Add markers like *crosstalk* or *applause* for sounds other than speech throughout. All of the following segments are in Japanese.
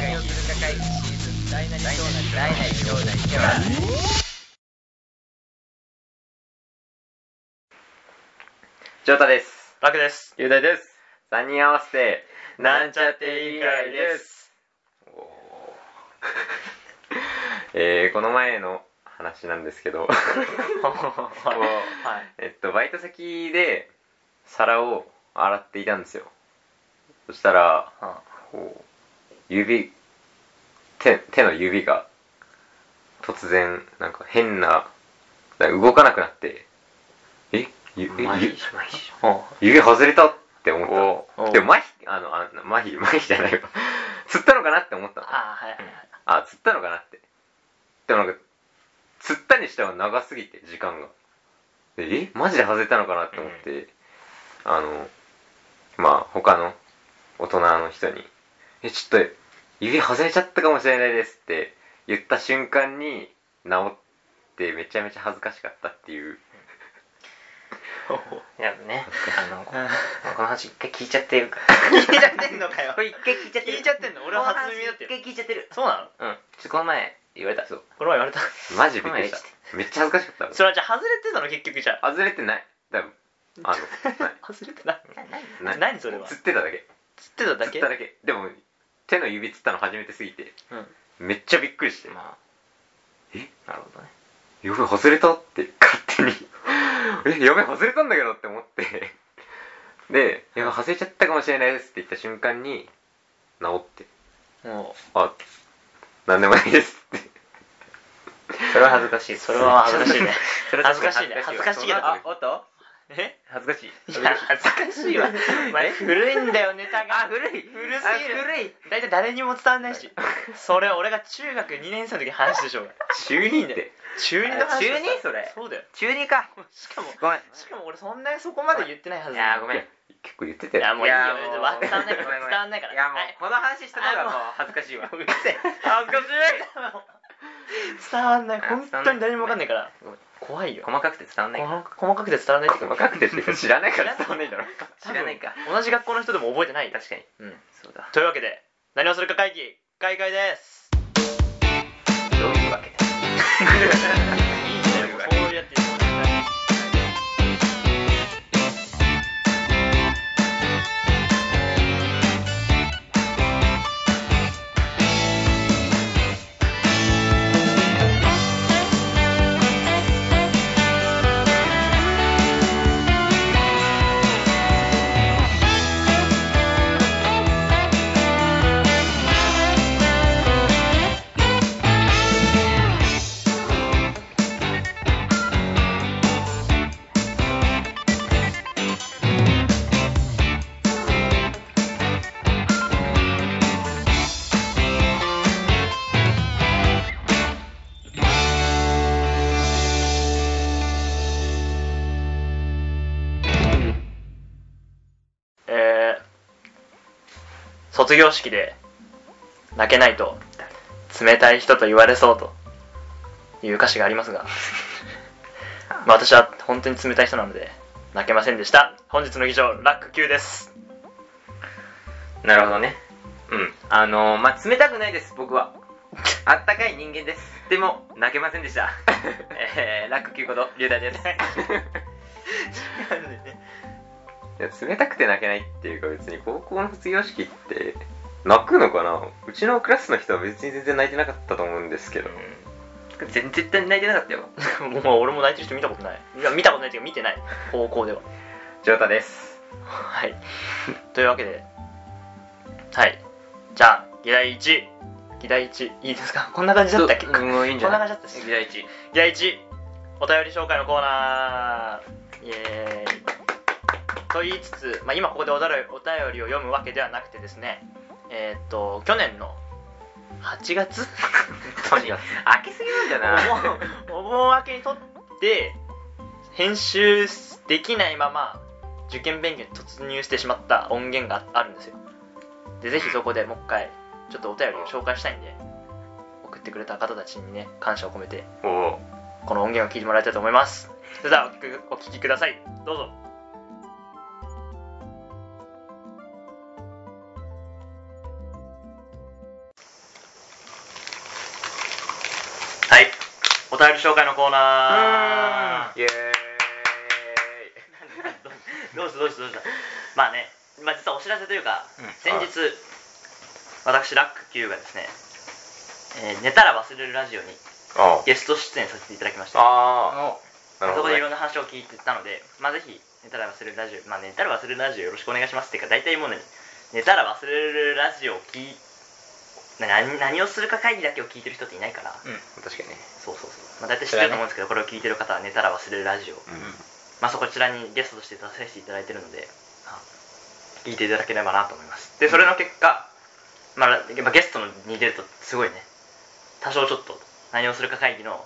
会シーズン大なり小なり大なり小なり兄弟ジョータです。楽です。雄大です。3人合わせて、なんちゃって委員会です。えー、この前の話なんですけ *laughs* ど、はい。えっと、バイト先で皿を洗っていたんですよ。そしたら、はこう指、手、手の指が、突然、なんか変な、なんか動かなくなって、えゆえ麻ゆ痺あ指外れたって思ったおうの。でも麻痺、あの、あ麻痺、 *laughs* 麻痺じゃないわ。釣ったのかなって思ったの。あ、はいはいあ、釣ったのかなって。でもなんか、釣ったにしては長すぎて、時間が。でえマジで外れたのかなって思って、あの、まあ、他の大人の人に、え、ちょっと、指外れちゃったかもしれないですって言った瞬間に、治って、めちゃめちゃ恥ずかしかったっていう。いやねあのこはい。この話一回聞いちゃってるから聞いちゃってんのかよ *laughs* これ一回聞いちゃってる。聞いちゃってんの俺は初耳だって。聞いちゃってるそうなのうんちょっとこの前言われたそう。これは言われた。マジびっくりした。めっちゃ恥ずかしかった。それはじゃあ外れてたの結局じゃ外れてないだ *laughs* あのあ。外れてない。なない何それは釣ってただけつってただ釣けっただけでも手の指釣ったの初めてすぎてうん。めっちゃびっくりしてまあえなるほどねやべ外れたって勝手に *laughs* えやべ外れたんだけどって思ってでやべ外れちゃったかもしれないですって言った瞬間に治ってもあなんでもないですってそれは恥ずかしいそれは恥ずかしいねそれは *laughs* 恥確ずかしいにね。恥ずかしいけど。あおっとえ恥ずかしいいや、恥ずかしい *laughs* わ。お前、古いんだよ、ネタが。あ、古い。古すぎる。古い。だいたい誰にも伝わんないし。それ、俺が中学2年生の時の話でしょ、俺中二って中2の話でさあ中二それそうだよ。中二かしかも、ごめんしかも俺そんなにそこまで言ってないはずいやごめんいや結構言ってたいやよもういいよやもう伝わんないからごめんごめん伝わんないからいやもうはいこの話したのがもう恥ずかし *laughs* いわうるせえ恥ずかしい伝わんないあ本当に誰もわかんないからごめん怖いよ細かくて伝わんない細 *laughs* 細かくて伝わらないっていう細かくてっていうか知らないから伝わんないんだろ知らないか多分同じ学校の人でも覚えてない確かにうんそうだというわけで何をするか会議開会ですどういうわけだいいねもうそうやっていいえー、卒業式で泣けないと冷たい人と言われそうという歌詞があります *laughs* が、まあ、私は本当に冷たい人なので泣けませんでした本日の議長ラック Q です *laughs* *laughs* なるほどねうんあのー、まあ冷たくないです僕はあったかい人間ですでも泣けませんでした *laughs* えー、ラック9こと龍大ですいや冷たくて泣けないっていうか別に高校の卒業式って泣くのかなうちのクラスの人は別に全然泣いてなかったと思うんですけどうん全絶対泣いてなかったよもう俺も泣いてる人見たことないいや見たことないというか見てない高校ではジョータですはいというわけではいじゃあ議題1議題1いいですかこんな感じだったっけどもういいんじこゃんなない感じだったっけ議題1じゃあ1お便り紹介のコーナーイエーイと言いつつ、まあ、今ここでお便りお便りを読むわけではなくてですねえーっと去年の8月 *laughs* 本当に開けすぎなんじゃないお盆お盆明けにとって編集できないまま受験勉強に突入してしまった音源がああるんですよでぜひそこでもう一回ちょっとお便りを紹介したいんで送ってくれた方たちにね感謝を込めておおこの音源を聞いてもらいたいと思いますそれではお聞きお聞きくださいどうぞお便り紹介のコーナーイエーイどうしたどうしたどうしたまあね、まあ、実はお知らせというか、うん先日私ラック Q がですね、えー寝たら忘れるラジオにあゲスト出演させていただきましたあおあなるそほこど、でい、ねろんな話を聞いてたので、まあ、ぜひ寝たら忘れるラジオ、まあ、寝たら忘れるラジオよろしくお願いしますっていうか大体もうね寝たら忘れるラジオを聞いな何何をするか会議だけを聞いてる人っていないから、うん確かにねそうそうそう、まあ、大体知ってると思うんですけど、これを聞いてる方は寝たら忘れるラジオ、まあ、そこちらにゲストとして出させていただいてるので、まあ聞いていただければなと思いますでそれの結果、まあ、やっぱゲストに出るとすごいね多少ちょっと何をするか会議の、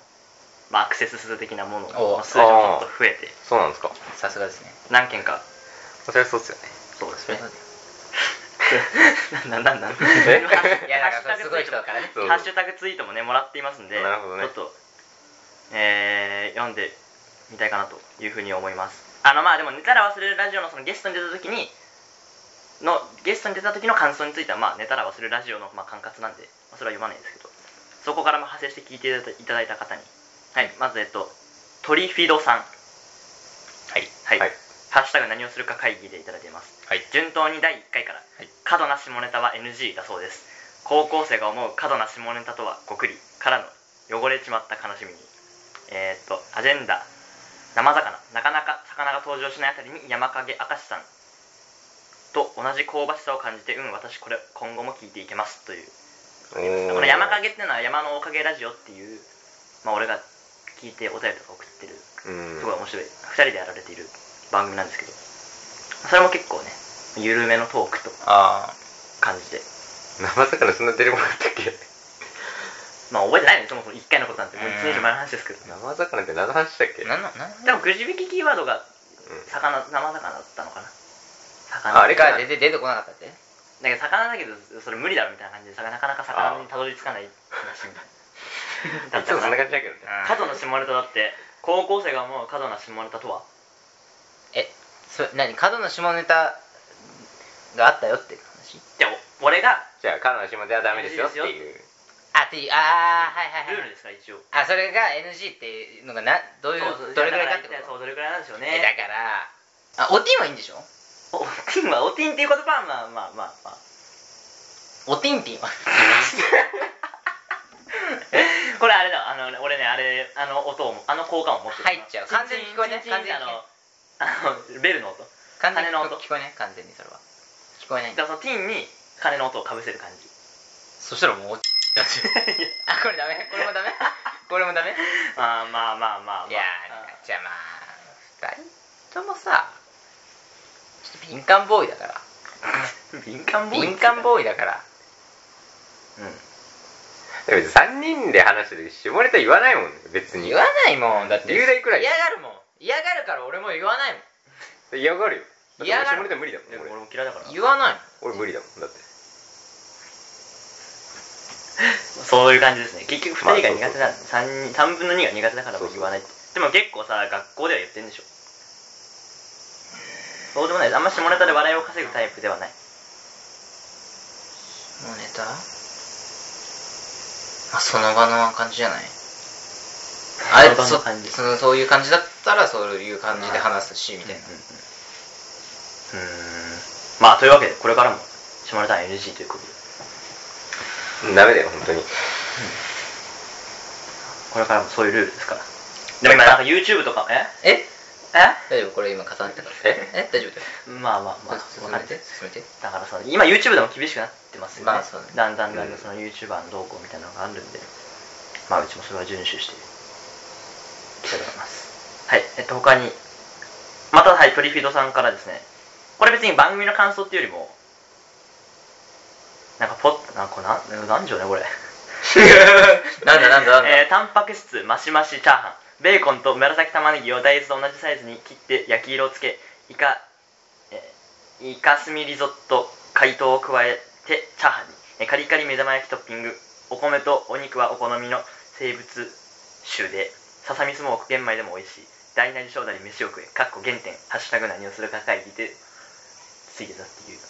まあ、アクセス数的なものおうの数字がちょっと増えてそうなんですかさすがですね何件かそれはそうっすよねそうですそれねはね *laughs* なんなんなんなんえいいやなんかすごい人だからねそうハッシュタグツイートもねもらっていますんでなるほどねちょっと、えー読んでみたいかなというふうに思いますあのまあでも「寝たら忘れるラジオ」のそのゲストに出た時にのゲストに出た時の感想についてはまあ「寝たら忘れるラジオの」まあ、管轄なんで、まあ、それは読まないですけどそこからも派生して聞いていただいたいただいた方にはいまずえっと鳥フィドさんはいはい、はいハッシュタグ何をするか会議でいただいています、はい順当に第1回から、い過度な下ネタは NG だそうです高校生が思う過度な下ネタとはごくりからの汚れちまった悲しみにえーっとアジェンダ生魚なかなか魚が登場しないあたりに山影明石さんと同じ香ばしさを感じてうん私これ今後も聞いていけますというおーこの山影っていうのは山のおかげラジオっていうまあ俺が聞いてお便りとか送ってるうんすごい面白い2人でやられている番組なんですけどそれも結構ね緩めのトークとあ感じで生魚そんな出るもんだったっけまあ覚えてないねそもそも1回のことなんてもう1年以上前の話ですけど生魚って何の話したっけ *laughs* あなんのなんでもくじ引きキーワードがうん魚生魚だったのかな魚ああれかが出て出てこなかったってだけど魚だけどそれ無理だろみたいな感じでなかなか魚にたどり着かない話みたいないつもそんな感じだけどねあー過度な下ネタだって高校生が思う過度な下ネタとはえそ何角の下ネタがあったよって話で俺がじゃあ彼の下ではダメですよっていうあっていうああはいはいルはーいルですから一応あそれが NG っていうのがなどういうそうどれぐらいかってこだからとそうどれぐらいなんでしょうえねだからあおティンはいいんでしょおティンはおティンっていう言葉はまあまあまあまあおティンティンはこれあれだあのね俺ねあれあの音をあの効果を持ってる入っちゃう完全に聞こえないチンチンチンチンってあのあのベルの音完全に鐘の音聞こえない完全にそれは聞こえないだからそのティンに鐘の音をかぶせる感じそしたらもうおテ *laughs* ィンになっちゃうあこれダメこれもダメこれもダメあーまあまあまあまあいやーなんかじゃあまあ二人ともさちょっと敏感ボーイだから *laughs* 敏感ボーイ敏感ボーイーイだからでも別に3人で話してる時下ネタ言わないもんね別に言わないもんだって雄大くらい嫌がるもん嫌がるから俺も言わないもん嫌がるよだって嫌俺がる下ネタ無理だもん俺俺も嫌いだから言わないもん俺無理だもんだってそういう感じですね結局まあ2人が苦手なの、三人3分の2が苦手だからそうもそう言わないってでも結構さ学校では言ってんでしょそうでもないですあんま下ネタで笑いを稼ぐタイプではないもうネタあその場の感じじゃないあれその場のそ感じそのそういう感じだったらそういう感じで話すしみたいな、うんうんまあというわけでこれからも下ネタは NG ということでダメだよ本当にこれからもそういうルールですからでも今なんか YouTube とかえええ大丈夫これ今重なったからええ大丈夫だよまあまあまあ進わめかるて進めてだからその今 YouTube でも厳しくなってますよね,、まあそうねだんだんだんだうんんその YouTuber の動向みたいなのがあるんで、まあうちもそれは遵守していきたいと思いますはいえっと他にまたはいトリフィードさんからですねこれ別に番組の感想っていうよりもなんかポッなんかこれなんなんでしょうねこれ *laughs* なんだなんだなんだ、えータンパク質マシマシチャーハンベーコンと紫玉ねぎを大豆と同じサイズに切って焼き色をつけイカ、えーイカスミリゾット解凍を加えてチャーハンに、えーカリカリ目玉焼きトッピングお米とお肉はお好みの生物種でささみスモーク玄米でも美味しい大なり小なり飯を食えかっこ原点ハッシュタグ何をするか会議でついてたっていう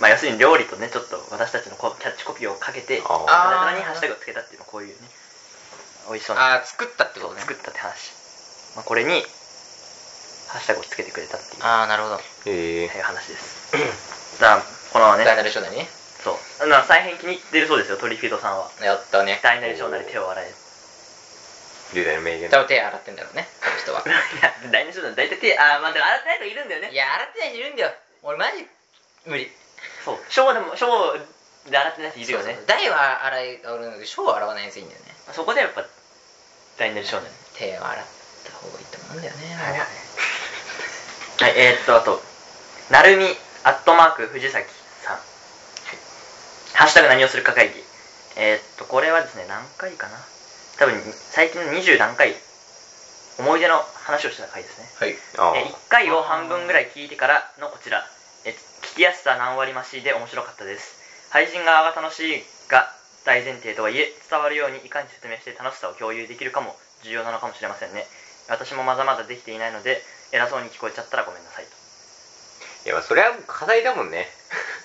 まあ要するに料理とねちょっと私たちのこうキャッチコピーをかけてそれあーぞれにハッシュタグをつけたっていうのはこういうね美味しそうなああ、作ったってことね。作ったって話、まあ、これにハッシュタグをつけてくれたっていうああ、なるほど。ええいう話です *clears throat* だからこのまま大なねり小なりね。そうな再編気に入ってるそうですよトリフィードさんはやったね。大なり小なり手を洗えー、龍大の名言多分手洗ってんだろうね、この人は。いや *laughs* 大なり小なり大体手あーまあでも洗ってない人いるんだよねいや、洗ってない人いるんだよ。俺マジ、無理。そう小でも小で洗ってない人いるよそうねそう大は洗い、俺なんだけど、小は洗わないやついいんだよね。そこでやっぱ大なり小なり手を洗った方がいいと思うんだよね。はいはいはい、えー、っと、あと、なるみ、アットマーク、藤崎さん。ハッシュタグ何をするか会議。えー、っと、これはですね、何回かな。多分、最近の20何回、思い出の話をした回ですね。はい。あえー1回を半分ぐらい聞いてからのこちら。えー聞きやすさ何割増しで面白かったです。配信側が楽しいが大前提とはいえ、伝わるようにいかに説明して楽しさを共有できるかも重要なのかもしれませんね。私もまだまだできていないので、偉そうに聞こえちゃったらごめんなさいと。いやまあそれは課題だもんね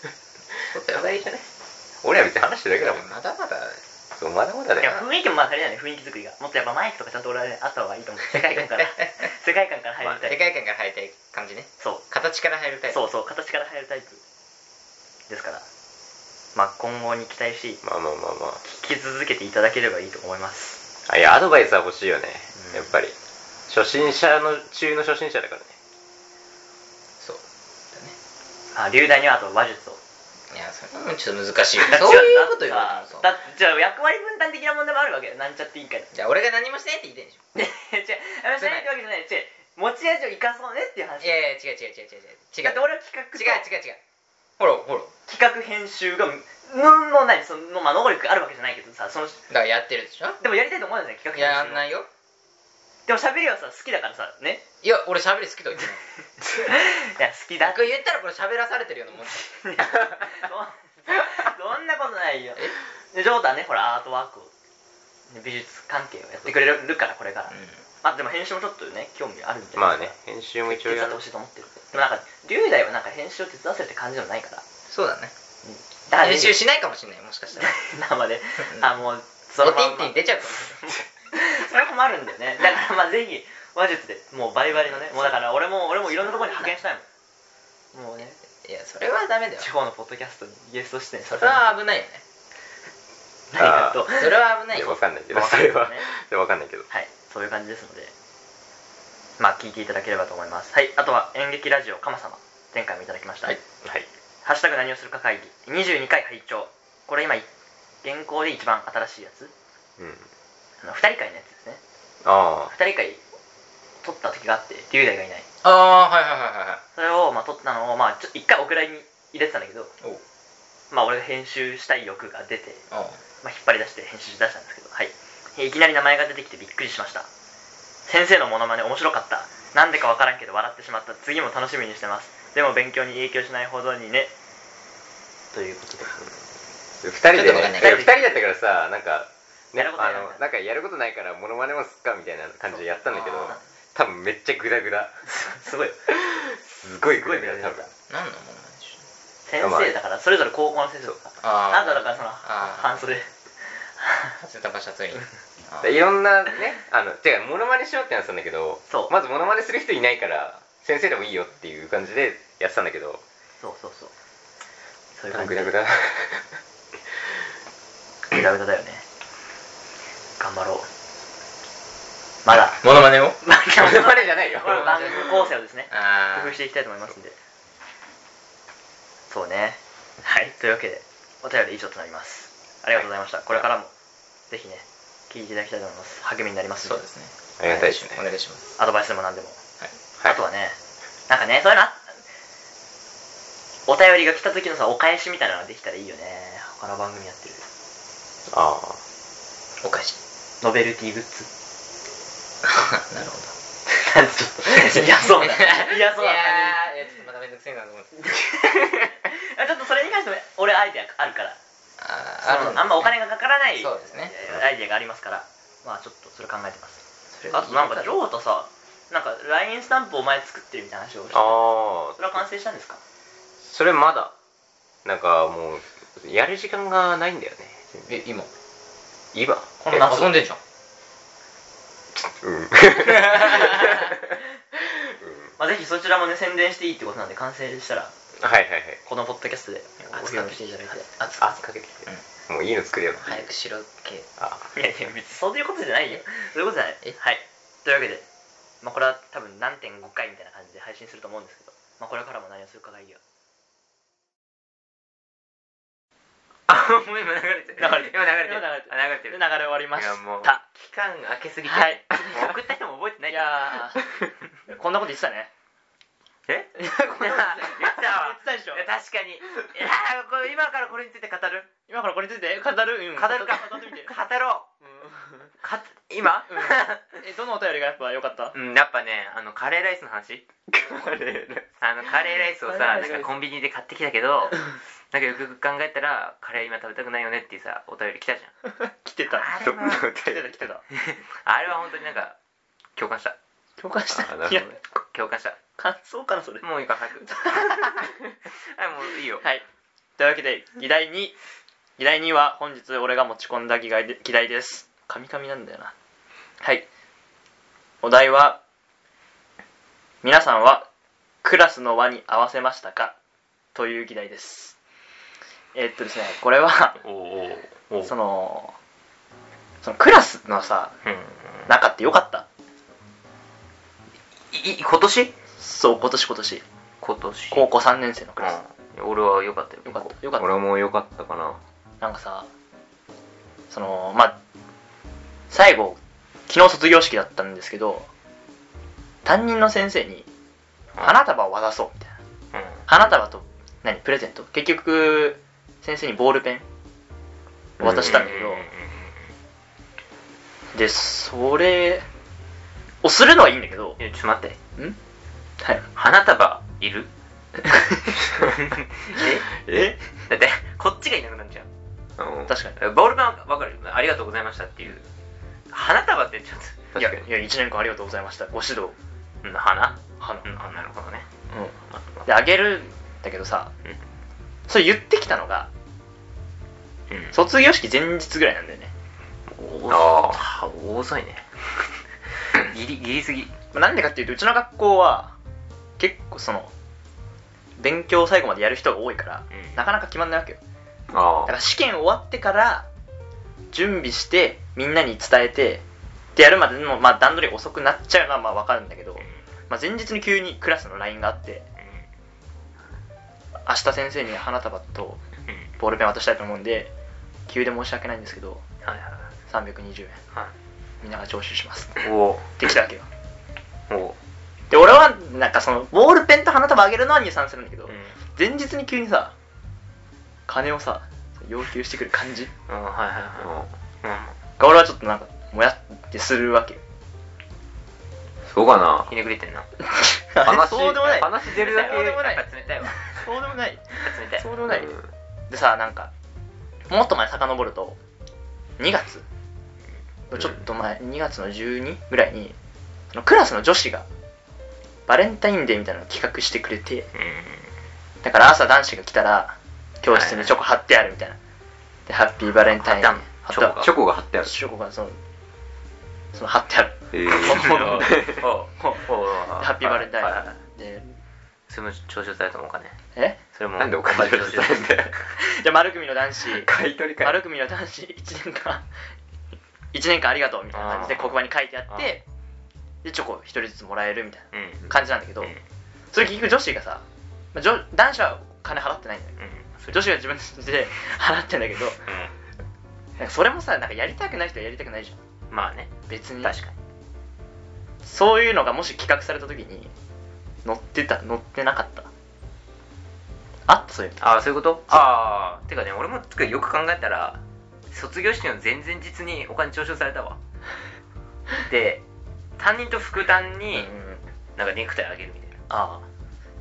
*laughs* そうだ課よ。題じゃない俺ら別に話してるだけだもんなまだまだ、そうまだまだいだよや雰囲気もまあ足りないね、雰囲気作りが。もっとやっぱマイクとかちゃんと俺はねあった方がいいと思う。世界観 *laughs* から、 *laughs* 世界観から入りた世い。界観から入りたい感じね。そう。形から入るタイプ。そうそう、形から入るタイプ。ですから、まあ今後に期待し、まあまあまあまあ聞き続けていただければいいと思います。あいやアドバイスは欲しいよね、うんやっぱり初心者の中の初心者だからねそう。だあ、ね。流大にはあと話術を。いや、それもちょっと難しいよ。だそういうこと言わだれてもださ。じゃあ役割分担的な問題もあるわけなんちゃっていい *laughs* から。じゃあ、俺が何もしてないって言いたいんでしょ。 *laughs* 違う、あしないってわけじゃない。違う、持ち味を生かそうねっていう話。いやいや、違う違う違う違う違う。違だってう。俺は企画と違う違う違う。ほら、ほら。だか企画編集が、の、の、何、その、まあ、能力あるわけじゃないけどさ、その、らやってるでしょでもやりたいと思うんですね、企い画やや編ん集を。ないよ。でも喋りはさ、好きだからさ、 *laughs* ね。いや、俺喋り好きとは言ってない。いや、好きだ。逆に言ったらこれ喋らされてるようなもんだ。 *laughs* そんそんなことないよ。で、ジョータはね、ほら、アートワークを、ね美術関係をやってくれるから、これから。あ、でも編集もちょっとね、興味あるみたいな。まあね編集も一応手伝っやてるほしいと思ってる。でもなんか、龍大はなんか編集を手伝わせるって感じでもないから。だそうだね。から、練習しないかもしれない、もしかしたら。 *laughs* 生で、あ、もう、そおのまてんんてまん。出ちゃうかもしれない。 *laughs* それ困るんだよね。だからまあぜひ、話術で、もうバリバリのね、もうだから俺も、俺もいろんなところに派遣したいもん。もうね、いや、それはダメだよ地。方のポッドキャストにゲスト出演そさせれは危ないよね。ありがとう。それは危ないいやよわ。かんないけどわそかんないれけどねはでわかんないけどはい、そういう感じですので、まあ聞いていただければと思います。はい、あとは演劇ラジオかま様、前回もいただきました。はいはいハッシュタグ何をするか会議、22回拝聴。これ今、現行で一番新しいやつ、うんあの2人会のやつですね。あ2人会撮った時があって、龍大がいない。ああ、はいはいはいはそれを、まあ、撮ったのを、まあ、ちょ一回お蔵に入れてたんだけどおう、まあ、俺が編集したい欲が出て、い。まあ、引っ張り出して編集し出したんですけど、はい。えいきなり名前が出てきてびっくりしました。先生のモノマネ面白かった。なんでかわからんけど笑ってしまった。次も楽しみにしてます。でも勉強に影響しないほどにね。ということで。 2人でちょねっとわかんない2人だったからさなんかねやることなあいのなんかやることないからモノマネもすっかみたいな感じでやったんだけどそうあー多分めっちゃグダグダ *laughs* すごいよ。すごいグダグダすごいグダグダ多分何のものなんでしょう。先生だから、それぞれ高校の先生とか。ああなただからその、あー半袖。 *laughs* センターパシャツイン。あでいろんなねあのてかモノマネしようってなってたんだけどそうまずモノマネする人いないから先生でもいいよっていう感じでやってたんだけどそうそうそう。そういう多分感グじダでグダグダグダだよね頑張ろうまだモノマネをまモノマネじゃないよ番組構成をですねあ工夫していきたいと思いますんでそうねはいというわけでお便り以上となりますありがとうございました、これからもぜひね聞いていただきたいと思います励みになりますのそでうですね。ありがたいですねお願いします。アドバイスでも何でも、はあいとはねなんかねそういうのあお便りが来た時のさお返しみたいなのができたらいいよね他の番組やってるああお返し。ノベルティグッズ *laughs* *laughs* なるほど。なんてちょっといやそうだいやそうだいやーいやちょっとまためんどくせえなと思って。ちょっとそれに関しても俺アイデアあるからあーそるのあんまお金がかからないそうですねアイデアがありますからまあちょっとそれ考えてますそれあとなんかジョーとさなんか LINE スタンプを前作ってるみたいな話をしてあそれはあ完成したんですかそれまだなんかもうやる時間がないんだよねえ今今この夏遊んでんじゃんうん。 *laughs* うんまあ、ぜひそちらもね宣伝していいってことなんで完成したらはいはいこのポッドキャストで圧お披か露けしてていたいただいだいてて圧あかけてはい。もういいの作れよ。早くしろ系あ、いやいや別にそういうことじゃないよそういうことじゃないえはいというわけで、まあ、これは多分何点5回みたいな感じで配信すると思うんですけど、まあ、これからも何をするかがいい *laughs* よあ、もう今流れてる。流れてる今流れてる。今流れてるあ流れてでる流。れ終わりまいしやもうた期間が空けすぎて。はいもう送った人も覚えてないいからやー *laughs* こんなこと言ってたね *laughs* えいや、こんな言ったわ。言ってたでしょいや確かに。いやーこれ今からこれについて語る今からこれについて語る、うん、語るか。語語ってみてろう。か今えどのお便りがやっぱ良かったうん、やっぱね、あの、カレーライスの話カレーライ *laughs* あの、カレーライスをカさ、レーラなイんスかコンビニで買ってきたけ *laughs* ど、なんかよくよく考えたら、カレー今食べたくないよねっていうさ、お便り来たじ *laughs* ゃん。来てたあスれどんなは、歌来てた来てたあれは本当になんか、共感した。共感したあなるほどいや共感した。感想かな *laughs* それもういいから早く。あ、もういいよ。 *laughs* はい。というわけで、議題2。議題2は本日俺が持ち込んだ議題で議題です。カミカミなんだよな。はい。お題は、皆さんはクラスの輪に合わせましたかという議題です。えーっとですね、これは、おおおその、そのクラスのさ、中ってよかったいい今年そう、今年今年。今年高校3年生のクラス。うん俺は良かったよよかった、よかった。俺も良かったかな。なんかさそのまあ最後昨日卒業式だったんですけど担任の先生に花束を渡そうみたいな花束と何プレゼント結局先生にボールペンを渡したんだけどでそれをするのはいいんだけどいやちょっと待ってはい花束 *laughs* いる *laughs* ええだってこっちがいなくなっちゃあの確かにうボールペンは分かるよありがとうございましたっていう花束ってちょっい確やかにい。や1年間ありがとうございましたご指導とうん花花、うんあなるほどねうん、であげるんだけどさ、うんそれ言ってきたのがうん卒業式前日ぐらいなんだよね、おあ遅いね *laughs* ギリギリすぎまあなんでかっていうとうちの学校は結構その勉強を最後までやる人が多いからなかなか決まんないわけよあだから試験終わってから準備してみんなに伝えてってやるまでの、まあ、段取り遅くなっちゃうのはまあ分かるんだけど、まあ、前日に急にクラスの LINE があって明日先生に花束とボールペン渡したいと思うんで急で申し訳ないんですけどはいはい320円はいみんなが徴収しますっおて来たわけよおおで俺はなんかそのボールペンと花束あげるのは入賛するんだけど、うん前日に急にさ金をさ要求してくる感じうんはいはいはあ。いうんが俺はちょっとなんかもやってするわけそうかな。ひねくれてんな話そうでもない話出るだけそうでもないやっぱ冷たいわそうでもない冷たいそうでもない、うんでさなんかもっと前遡ると2月のちょっと前、2月の12ぐらいにそのクラスの女子がバレンタインデーみたいなのを企画してくれてだから朝男子が来たら教室にチョコ貼ってあるみたいな、でハッピーバレンタインデー貼ってあんのチョコが貼ってある。チョコがそのその貼ってある *laughs* えーおお *laughs* おハッピーバレンタインはいはいでそれも徴収されたのかねえそれもなんでお金出したいんだよ。 *laughs* じゃあ丸組の男子買い取りかよ。丸組の男子1年間1年間ありがとうみたいな感じであー黒板に書いてあってでチョコ1人ずつもらえるみたいうんな感じなんだけどうんそれ結局女子がさ、まあ女男子は金払ってないんだようん女子が自分で *laughs* 払ってんだけどなんかそれもさなんかやりたくない人はやりたくないじゃんうんまあね別に確かにそういうのがもし企画された時に乗ってた乗ってなかったあったそういうのああそういうことああてかね俺もてかよく考えたら卒業式の前々日にお金徴収された *laughs* わで担任と副担になんかネクタイあげるみたいなああ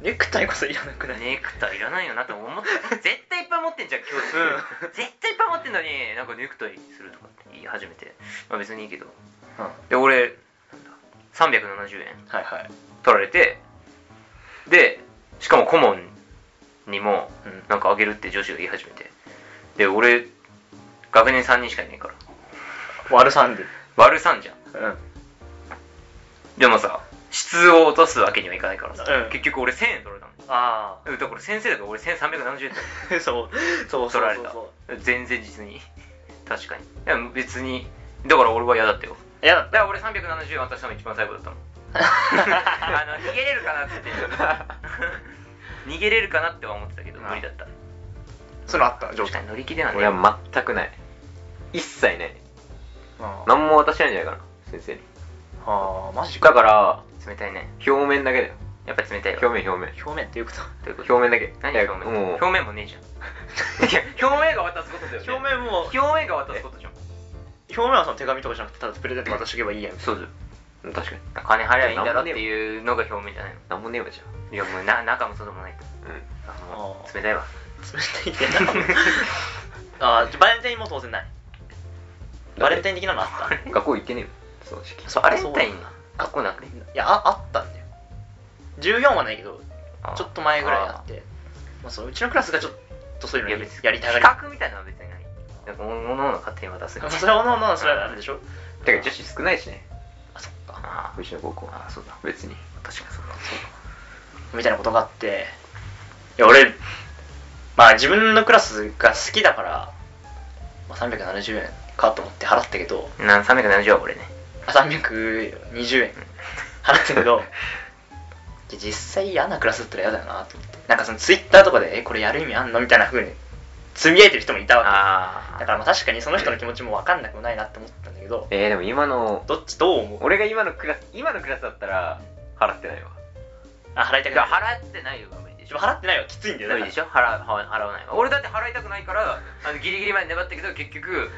ネクタイこそいらなくないネクタイいらないよなって思 *laughs* った絶対いっぱい持ってんじゃん教室、絶対いっぱい持ってんのになんかネクタイするとかって言い始めて、まあ、別にいいけど、で俺なんだ370円はいはい取られてでしかも顧問にもうんなんかあげるって女子が言い始めてで俺学年3人しかいないから悪さんで割る3じゃんうんでもさ質を落とすわけにはいかないからさ、うん結局俺1000円取られたのあうんだから先生だから俺1370円だあ *laughs* そうそうそうそう取られたそ全然実に確かにいや別にだから俺は嫌だったようやだ *laughs* だから俺370円渡したの一番最後 *laughs* だったもんあの逃げれるかなって逃げれるかなっては思ってたけど無理だったそういうのあった上確司かに乗り気ではね俺は全くない一切ないあ何も渡してないんじゃないかな先生にあーマジかだから冷たいね表面だけだよやっぱ冷たい表よ面表面表面っていうことどういうこと表面だけ何いや表面もう表面もねえじゃんいや表面が渡すことだよね表面も表面が渡すことじゃん表面はその手紙とかじゃなくてただプレゼント渡しとけ *laughs* ばいいやんそうだようん確かに金払えばいいんだろっていうのが表面じゃないの何もねえわじゃいやもうな中も外もないとあうんあもあう冷たいわ冷たいんだよなあーじゃあバレンタインも当然ないバレンタイン的なのあった *laughs* 学校行ってねえよその時期そうバレンタイン学校なくねいやああったんだよ14はないけどあーちょっと前ぐらいあってまあ、そううちのクラスがちょっとそういいうやの別にやりたがり *laughs* 比ま較みたいなのは別にないなんかおのおの勝手に渡すみたあいなそれはおのおのそれはあるでしょてか女子少ないしねあそっかあうちの高校あそうだ別にあ確かにそうだみたいなことがあっていや俺まあ自分のクラスが好きだから、まあ、370円かと思って払ったけどなん370は俺ねあ320円払ったけど *laughs* いや実際嫌なクラスだったら嫌だよなと思ってなんかそのツイッターとかでえこれやる意味あんのみたいな風につぶやいてる人もいたわけあだからまあ確かにその人の気持ちも分かんなくもないなって思ったんだけどえー、でも今のどっちどう思う俺が今のクラス今のクラスだったら払ってないわあ払いたくだないから払ってないよが無理でしでょも払ってないよきついんだよだ無か理らでしょ払払払わないわ俺だって払いたくないからあのギリギリまで粘ったけど結局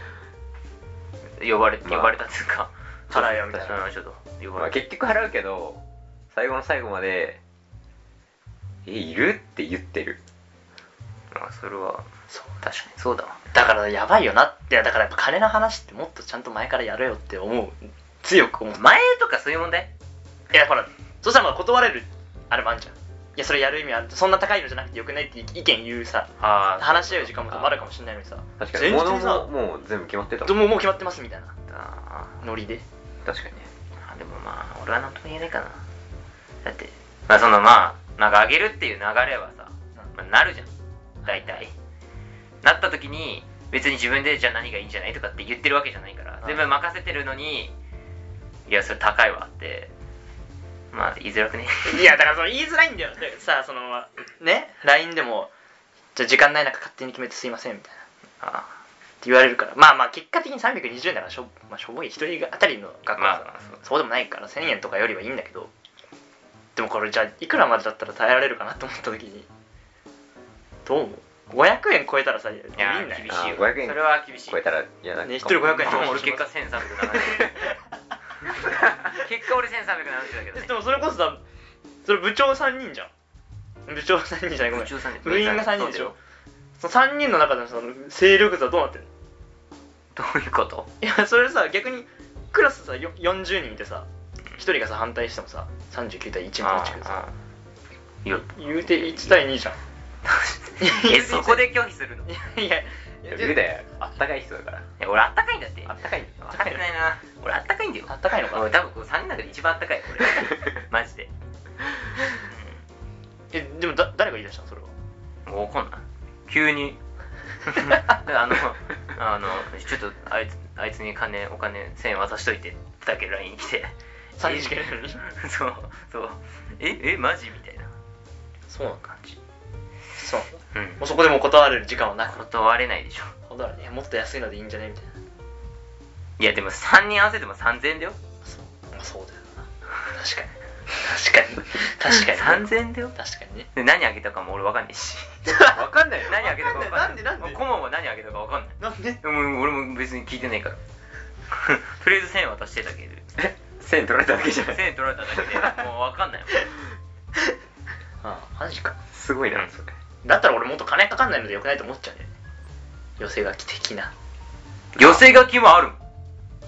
呼ばれまあ呼ばれたっていうか払えよみたいななちょっと呼まばあ、れた結局払うけど最後の最後まで「えいる?」って言ってるまあそれはそう確かにそうだわだからやばいよなってだからやっぱ金の話ってもっとちゃんと前からやれよって思う強く思う前とかそういう問題いやほらそしたらまあ断れるあれもあるじゃんいやそれやる意味あるそんな高いのじゃなくてよくないって意見言うさああ話し合う時間もあるかもしれないのにさ確かに前日物にもさもう全部決まってたどもうんももう決まってますみたいなあノリで確かにねあでもまあ俺は何とも言えないかなだってまあそのまあなんかあげるっていう流れはさ、まあ、なるじゃん大体なった時に別に自分でじゃあ何がいいんじゃないとかって言ってるわけじゃないから全部任せてるのにいやそれ高いわってまあ言いづらくねいやだからその言いづらいんだよでさそのね LINE でもじゃあ時間ない中勝手に決めてすいませんみたいなあって言われるからまあまあ結果的に320円だからしょ,、まあ、しょぼい一人当たりのあ額はさまあそうそうでもないから1000円とかよりはいいんだけどでもこれじゃあいくらまでだったら耐えられるかなと思った時にどう思う500円超えたらさいいんいやーだよ厳しいよあー500円それは厳しい超えたら嫌だね一人500円まあ俺結果1370円 *laughs* 結果俺1370円だけどねでもそれこそさそれ部長3人じゃん部長3人じゃないごめん部長さんで部員が3人でしょその3人の中でのその勢力図はどうなってるのどういうこといやそれさ逆にクラスさよ40人いてさ1人がさ反対してもさ39対1の1でさあーいや言うて1対2じゃんえそこで拒否するのいいやいや言うだよあったかい人だからや俺あったかいんだってあったかい分かってないな俺あったかいんだよあったかいのか俺多分こう3人の中で一番あったかい *laughs* 俺マジでえでもだ誰が言い出したのそれはもう怒んな急 *laughs* にあのあのちょっとあいつあいつに金お金1000円渡しといてだけ LINE *laughs* 来て3人しかいないのに *laughs* そうそうええマジみたいなそうなんか感じそううんもうそこでもう断れる時間はなく断れないでしょ断るいやもっと安いのでいいんじゃねみたいないやでも3人合わせても3000円だよまあそうだよな確かに確かに確かに3000円だよ確かにねで何あげたかも俺わかんないし *laughs* わかんないよ *laughs* 何あげたかわかんないなんでなんでなんで顧問は何あげたかわかんないなんででも俺も別に聞いてないから *laughs* とりあえず1000円渡してたけど1000円取られただけじゃない1000円取られただけでもうわかんないもん *laughs* ああマジか *laughs* すごいなそれだったら俺もっと金かかんないのでよくないと思っちゃうね寄せ書き的な寄せ書きもあるもん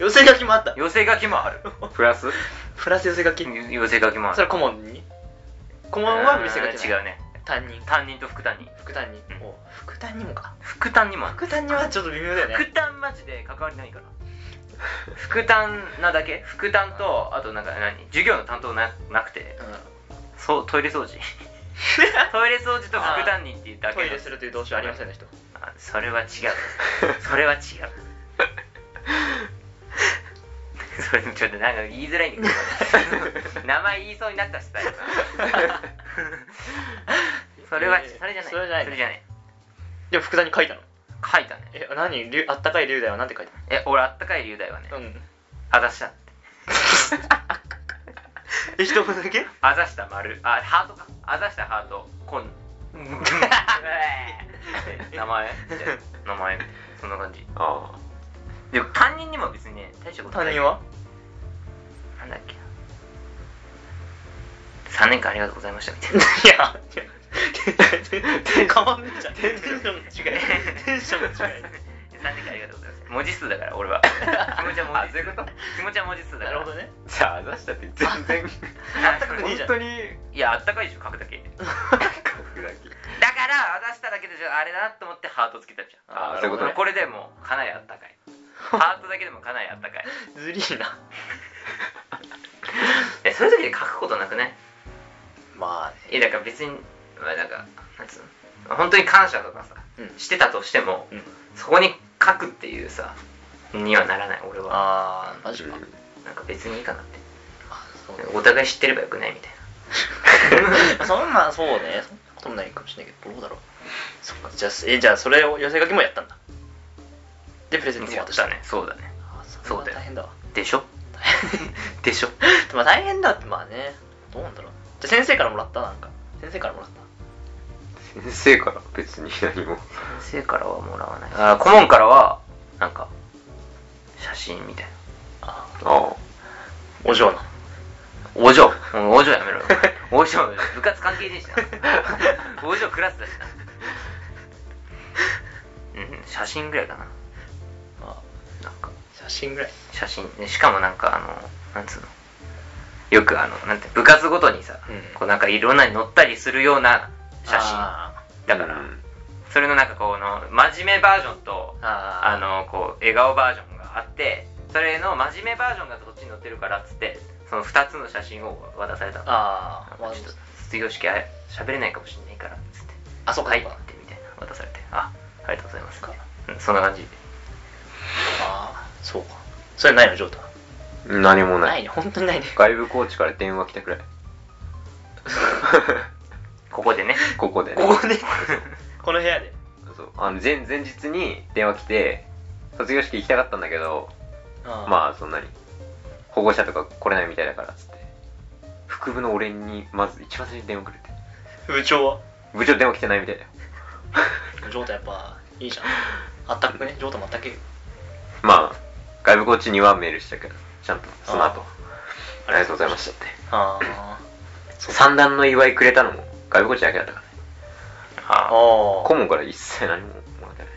寄せ書きもあった寄せ書きもあるプラスプラス寄せ書き *laughs* 寄せ書きもあるそれは顧問に顧問は見せ書き違うね担任担任と副担任副担任うんお副担任もか副担任もある副担任はちょっと微妙だよね副担マジで関わりないから副担なだけ副担とあとなんか何授業の担当ななくてそうトイレ掃除 *laughs* トイレ掃除と副担任っていうだけトのイレするという動詞はありませんでしたあそれは違う *laughs* それは違うそれちょっとなんか言いづらいんだ *laughs* けど名前言いそうになったしさ今それはそれじゃないそれじゃないそれじゃないでも福田に書いたの書いたねえ何りゅあったかい龍大はなんて書いた *laughs* え俺あったかい龍大はねの *laughs* うんあざしたってえ一言だ *laughs* けあざした丸あハートかあざしたハート *laughs* こん名前名前そんな感じああでも担任にも別にね大したことない担任はなんだっけ3年間ありがとうございましたみたい *laughs* いなや変わんねえじゃんテンションの違いテンションの違い3年間ありがとうございました文字数だから俺は *laughs* 気持ちは文そ字数ういうこと気持ちは文字数だかならるほどねじゃああざしたって全然あったかくいねいじゃ本ん当にいやあったかいでしょ書くだけだか書くだけらあざしただけでしょあれだなと思ってハートつけたじゃんああそういうことねこれでもうかなりあったかいハートだけでもかなりあったかい *laughs* ずりーなえそういう時で書くことなくねまあねいやだから別にまあなんかなんつうの本当に感謝とかさ、うんしてたとしても、うんそこに書くっていうさにはならない俺あはーマジかなんか別にいいかなってあそうねお互い知ってればよくないみたい *laughs* なそんなそうねそんなこともないかもしれないけどどうだろうそっかじゃあえじゃあそれを寄せ書きもやったんだでプレゼントも渡したねそうだねあーそうだよ大変だわでしょ大変でしょ *laughs* まあ大変だってまあねどうなんだろうじゃあ先生からもらったなんか先生からもらった先生から別 *laughs* に何も先生からはもらわないあー顧問からはなんか写真みたいなああお嬢のお嬢もうお嬢やめろよ *laughs* お嬢部活関係ねえ *laughs* しな *laughs* お嬢クラスだしなうん写真ぐらいかなまあなんか写真ぐらい写真ねしかもなんかあのなんつうのよくあのなんて部活ごとにさ、うんこうなんかいろんなに載ったりするような写真あだあから、うんそれのなんかこの真面目バージョンとーああのこう笑顔バージョンがあってそれの真面目バージョンがこっちに載ってるからっつってその2つの写真を渡されたのああなんかちょっと卒業式あ喋れないかもしれないからっつってあそうかはいそうかってみたいな渡されてあありがとうございますそっかうんそんな感じあーそうかそれないのジョータ何もないないね本当にないね外部コーチから電話来たくらいここでね *laughs* ここでねここで *laughs* この部屋でそうあの前前日に電話来て卒業式行きたかったんだけどまあそんなに保護者とか来れないみたいだからっつって副部の俺にまず一番最初に電話くれてあ部長は部長電話来てないみたいだよジョータやっぱいいじゃんあったかくねジョータもあったけえよまあ外部コーチにはメールしたけどちゃんとその後あありがとうございましたってああ三段の祝いくれたのも外部コーチだけだったからねあああ顧問から一切何ももらってな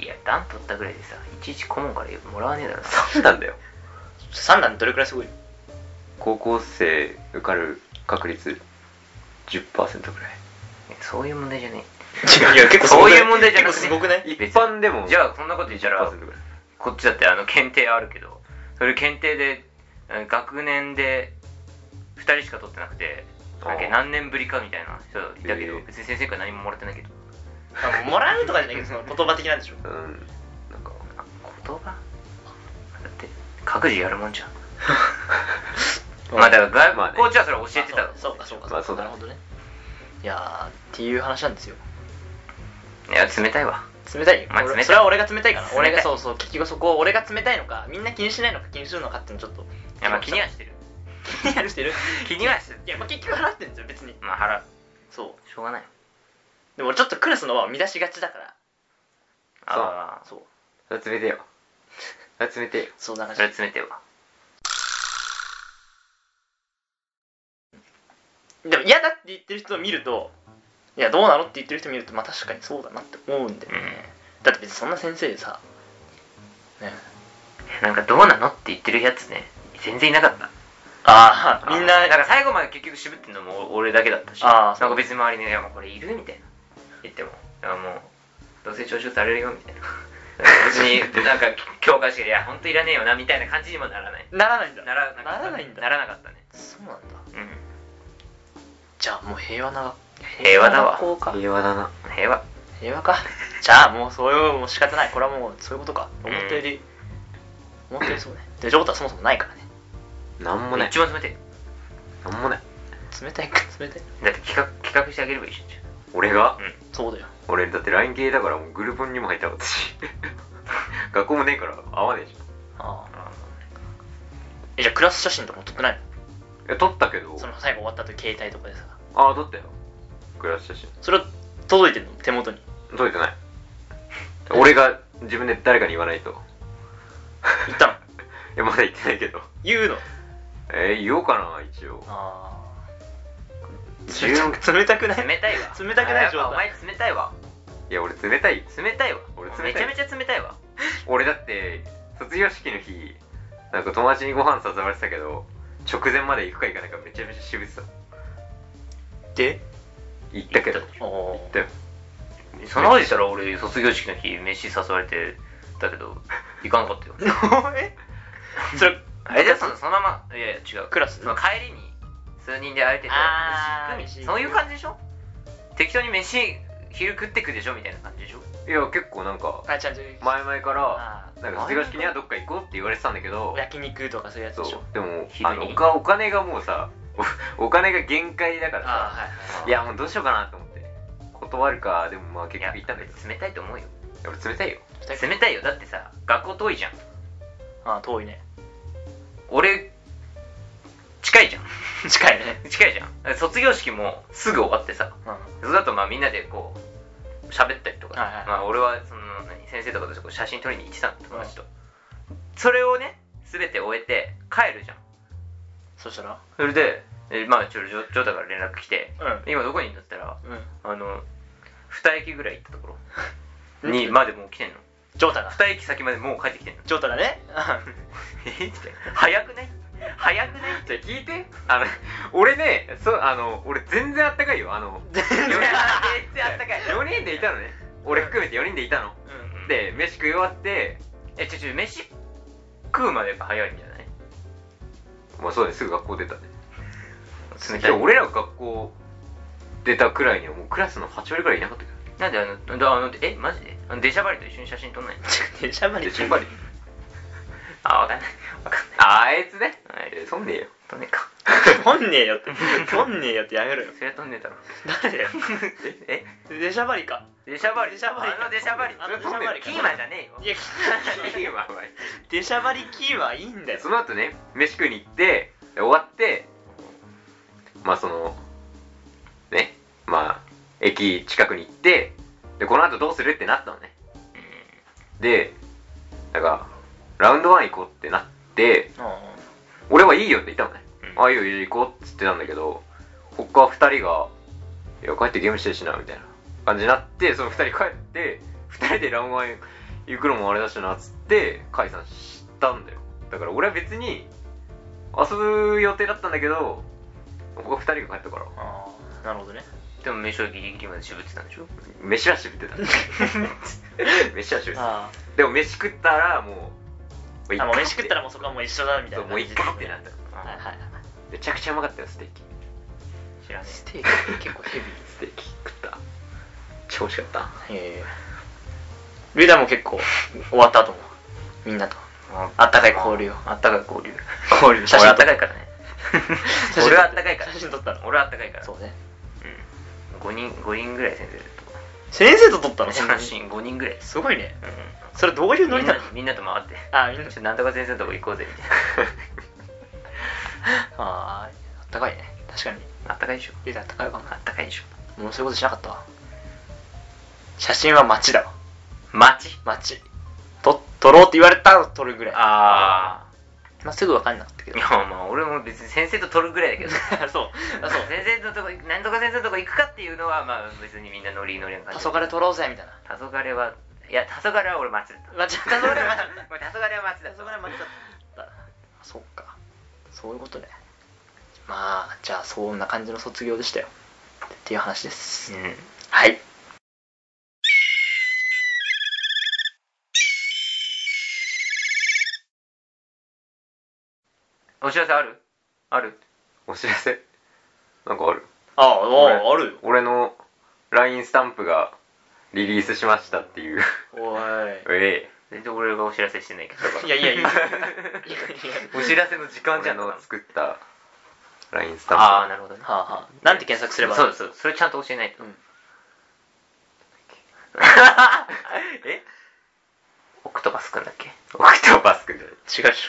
いいや段取ったぐらいでさいちいち顧問からもらわねえだろさ三段だよ3段どれくらいすごい高校生受かる確率10%ぐらいそういう問題じゃねいや結構そういう問題じゃなくて結構すごくない一般でもえじゃあそんなこと言ったら10%ぐらいこっちだってあの検定あるけどそれ検定でうん学年で2人しか取ってなくてなんだっけあー何年ぶりかみたいな人いたけど、えー別に先生から何ももらってないけどあもらうとかじゃないけどその言葉的なんでしょうんなんかあ言葉だって各自やるもんじゃんまあだからまあね外部コーチはそれ教えてたの、あそうかそうかまあそうかそうだねなるほどねいやーっていう話なんですよいや冷たいわ冷たいまあ冷たい俺それは俺が冷たいかな冷たい俺がそうそう結局そこを俺が冷たいのかみんな気にしないのか気にするのかっていうのちょっといやまあ気にはしてる気 *laughs* になる人いる気にはしてるいや、まあ、結局払ってるんですよ別にまあ腹そうしょうがないよでも俺ちょっとクラスの輪を乱しがちだからああそう集めてよ集めてよそうなんかそれ冷てえわでも嫌だって言ってる人を見るといやどうなのって言ってる人見るとまあ確かにそうだなって思うんで、うんだって別にそんな先生でさねなんかどうなのって言ってるやつね全然いなかったああみんななんか最後まで結局渋ってんのも俺だけだったしあーなんか別に周りに「いやもうこれいる?」みたいな言っても「いやもうどうせ徴収されるよ」みたいな別になんか教科書いや本当いらねえよなみたいな感じにもならないならないんだならなかったならないんだならなかったねそうなんだうんじゃあもう平和な平和だわ平和な学校か平和だな平和平 *laughs* 和かじゃあもうそういうもう仕方ないこれはもうそういうことかうん思ったより、思ったよりそうねデジョータはそもそもないからねなんもない一番冷てえなんもない冷たいか冷たいだって企画企画してあげればいいじゃんじゃあ俺が、そうだよ俺だって LINE 系だからもうグループにも入ったことし学校もねえから合わねえじああえじゃあクラス写真とかも撮ってないゃんいや撮ったけどのその最後終わった後携帯とかでさああ撮ったよクラス写真それは届いてるの手元に撮れてない俺が自分で誰かに言わないとい行ったのやまだ言ってないけど *laughs* 言うのえー、言おうかな一応ああ自由冷たくない *laughs* 冷たいわ冷たくない状態あやっぱお前冷たいわいや俺冷たい冷たいわ俺冷たいめちゃめちゃ冷たいわ俺だって卒業式の日なんか友達にご飯誘われてたけど直前まで行くか行かないかめちゃめちゃ渋ってたで行ったけど行おおったよそんなことしたら俺卒業式の日飯誘われてたけど行かなかったよ *laughs* えそ *laughs* れえでそのそのままいやいや違うクラスその帰りに数人で相手とあー飯行くみ飯行くそういう感じでしょ適当に飯昼食ってくでしょみたいな感じでしょいや結構なんかあちゃんと前々からあなんか卒業式にはどっか行こうって言われてたんだけど焼肉とかそういうやつそでしょうでも昼にあのおかお金がもうさ *laughs* おお金が限界だからあさあはいいやもうどうしようかなと思って断るかでもまあ結局行ったんだけどいや冷たいと思うよいや俺冷たいよ冷たいよだってさ学校遠いじゃんああ遠いね俺近いじゃん *laughs* 近いね近いじゃん卒業式もすぐ終わってさ *laughs* うんそれだとまあみんなでこう喋ったりとか、はいはいまあ、俺はその何先生とかとこう写真撮りに行ってたの友達と、それをね全て終えて帰るじゃんそしたらそれで、えまあちょジョジョータから連絡来てう今どこにいるんだったらんうんあの2駅ぐらい行ったとこ *laughs* ろにうまでもう来てんのジョータが2駅先までもう帰ってきてんのジョータがねえみたいな早くない早くないじゃあ聞いてあの俺ねそうあの俺全然あったかいよあの全4然全然あったかい人でいたのね俺含めて4人でいたのうんでで飯食い終わってえちょちょ飯食うまでが早いんじゃないまあそうねすぐ学校出たね冷いたいや俺らが学校出たくらいにはもうクラスの8割くらいいなかったけどなんであのだあのえマジであのデシャバリと一緒に写真撮んないのでしゃ *laughs* ばりで順張りあわかんないわかんないああいつねあいえそんねえよ撮んねえかとんねえよってとんねえよってやめろよそれは撮んねえだろ誰だよえでしゃばりかデシャバリデシャバリあのデシャバリあのデシャバリキーマンじゃねえよいや *laughs* いやまあまあいい出しゃばりキーはいいんだよその後ね飯食いに行ってで終わってまあそのねまあ駅近くに行ってでこの後どうするってなったのねでなんかラウンドワン行こうってなって俺はいいよって言ったのね、うんああいいよいいよ行こうって言ってたんだけど他二人が「いや帰ってゲームしてるしな」みたいな感じになってその二人帰って二人でラウンドワン行くのもあれだしなっつって解散したんだよだから俺は別に遊ぶ予定だったんだけど他二人が帰ったからああなるほどねでも飯はギリギリまで渋ってたんでしょ飯は *laughs* 渋ってた飯は渋ってたあでも飯食ったらもうあもう飯食ったららもうそこはもう一緒だみたいなもういっかってなったはいはいはいめちゃくちゃうまかったよステーキ知らねステーキ結構ヘビーステーキ食った超美味しかったええ。リーダーも結構終わった後もみんなとあったかい交流をえあったかい交流交流写俺真あ撮ったったかかいいから *laughs* ね写真撮って俺はあったかいから写真撮ったの俺はあったかいからそうねうん5人5人ぐらい先生先生と撮ったのとそんな写に真5人ぐらいですすごいねうそれどういうんノみリんななのみんなと回ってあみんなちょっとなんとか先生のとこ行こうぜみたい *laughs* あーあったかいね確かになあったかいでしょリーダーあったかいかもあったかいでしょもうそういうことしなかったわ写真は街だわ街街と撮ろうって言われたら撮るぐらいあまあ、すぐ分かんなかったけいどやまあ俺も別に先生と撮るぐらいだけど *laughs* *laughs* そうあそう先生のとこなんとか先生のとこ行くかっていうのはまあ別にみんなノリノリな感じ黄昏撮ろうぜみたいな黄昏はいや黄昏は俺街だったまあ、ち *laughs* ょっと黄昏はまこれ黄昏は街だだった黄昏はまだだったあそっかそういうことねまあじゃあそんな感じの卒業でしたよっていう話ですうんはいお知らせあるあるお知らせなんかあるああ、ああるよ。俺の LINE スタンプがリリースしましたっていうおい。ええ全然俺がお知らせしてないけどいやいやい *laughs* やいやい *laughs* お知らせの時間じゃ俺んのの作った LINE スあタあンなるほどねはあはあ。なんて検索すればそうですそうですそれちゃんと教えないと、うんえオクトパスくんだっけプオクトパスくんじゃない違うでし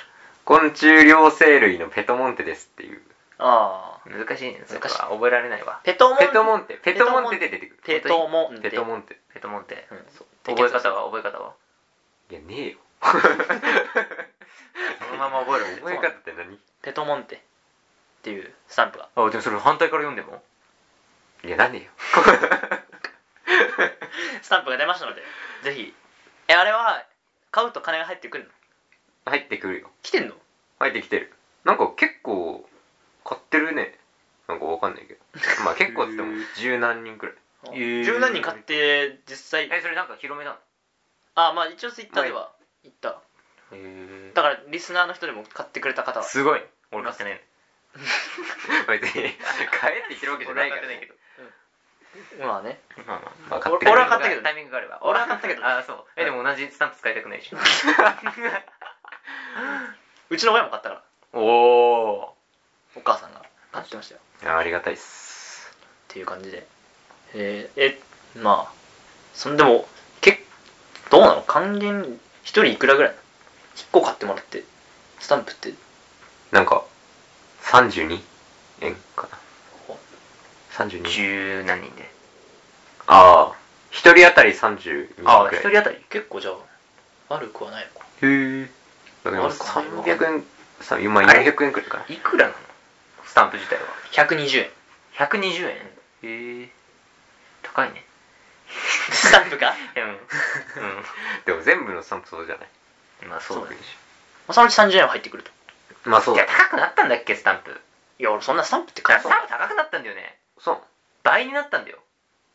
昆虫両生類のペトモンテですっていうょ。ああ。難しいねそれ難しいは覚えられないわペトモンペトモンテペトモンテで出てくるペトモンペトモンテペトモンテ、うん覚え方は覚え方はいやねえよそのまま覚える覚え方って何ペトモンテっていうスタンプが。あでもそれ反対から読んでもいやなんねえよ *laughs* スタンプが出ましたので、ぜひ。え、あれは、買うと金が入ってくるの入ってくるよ来てんの入ってきてるなんか結構買ってるねなんかわかんないけどまあ結構っつ *laughs* っても十何人くらいー十何人買って、実際、えそれなんか広めなのあ、まあ一応ツイッターでは言った。へだから、リスナーの人でも買ってくれた方は。すごい俺買ってない *laughs* 別に帰ってきてるわけじゃないから、ね、まあね。まあまあまあ買ってくれる俺は買ったけどタイミングがあれば俺は買ったけどあそうえでも同じスタンプ使いたくないでしょうちの親も買ったから、おおお母さんが買ってましたよ。いやありがたいっすっていう感じで。えーえ、まあ、そんでも、けどうなの還元、一人いくらぐらいなの一個買ってもらって、スタンプって、なんか32円かな32円十何人でああ一人当たり32円くらいあ一人当たり結構じゃあ、悪くはないのか。へえでもあるかな300円さ今あれ400円くらいかないくらなのスタンプ自体は120円。 120円へえ高いねスタンプがうでも全部のスタンプそうじゃないんうんまあそうだねでしそのうち30円は入ってくると。ょまあそういやだ高くなったんだっけスタンプいいや、俺そんなスタンプって買やえスそうなタンのプ高くなったんだよねそう倍になったんだよ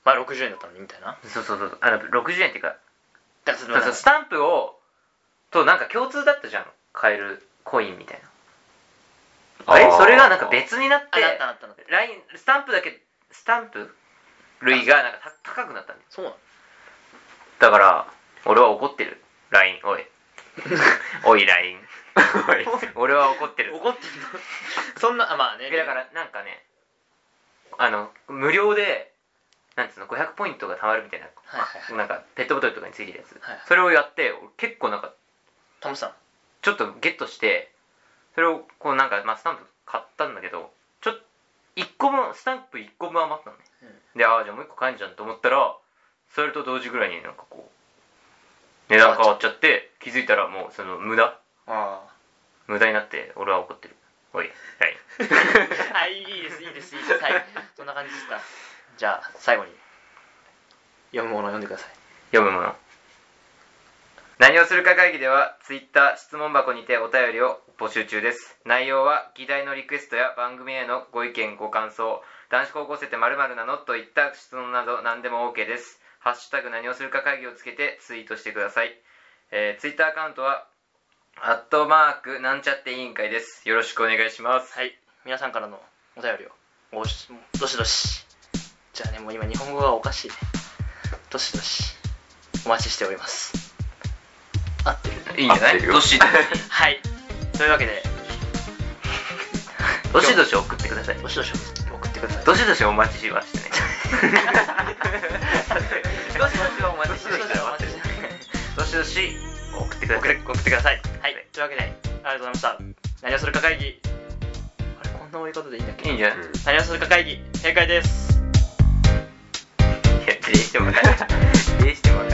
前60円だったのにみたいな。だそうそうそうあの60円っていうかからそそうそうスタンプをとなんか共通だったじゃん買えるコインみたいなえあーそれがなんか別になってあ、なったなったなった。ラインスタンプだけスタンプ類がなんかた高くなったんだよそうなのだから俺は怒ってる LINE おいおい LINE *laughs* 俺は怒ってる怒ってるのそんな、あ、まあね。えだからなんかねあの無料でなんつうの500ポイントがたまるみたいな、はいはいはいなんかペットボトルとかについてるやつ、はいはいそれをやって俺結構なんかタモさん。ちょっとゲットしてそれをこうなんか、まあ、スタンプ買ったんだけどちょっ一個もスタンプ1個分余ったのね、でああじゃあもう1個買えんじゃんと思ったらそれと同時ぐらいになんかこう値段変わっちゃって気づいたらもうその無駄あ無駄になって俺は怒ってるお *laughs* いはいあ。はい、いいです、いいです、いいです。はい。そんな感じですか。じゃあ、最後に。読むものを読んでください。読むもの何をするか会議ではツイッター質問箱にてお便りを募集中です内容は議題のリクエストや番組へのご意見ご感想男子高校生って〇〇なのといった質問など何でも OK ですハッシュタグ何をするか会議をつけてツイートしてください、えー、ツイッターアカウントはアットマークなんちゃって委員会ですよろしくお願いしますはい。皆さんからのお便りを、おし、どしどし。じゃあね、もう今日本語がおかしいね。どしどし。お待ちしております。合ってるいいんじゃな合いってるよど *laughs* しどしはい。というわけで、どしどし送ってくださいどしどし送ってください。どしどしお待ちしましてね *laughs* どしどしお待ちしてねどしどし *laughs* 送ってください送ってください。はい。というわけで、ありがとうございました。何をするか会議。あれ、こんな終わり方でいいんだっけいいんじゃない、うん何をするか会議、正解です。いや、定してもらえない。定してもらえない。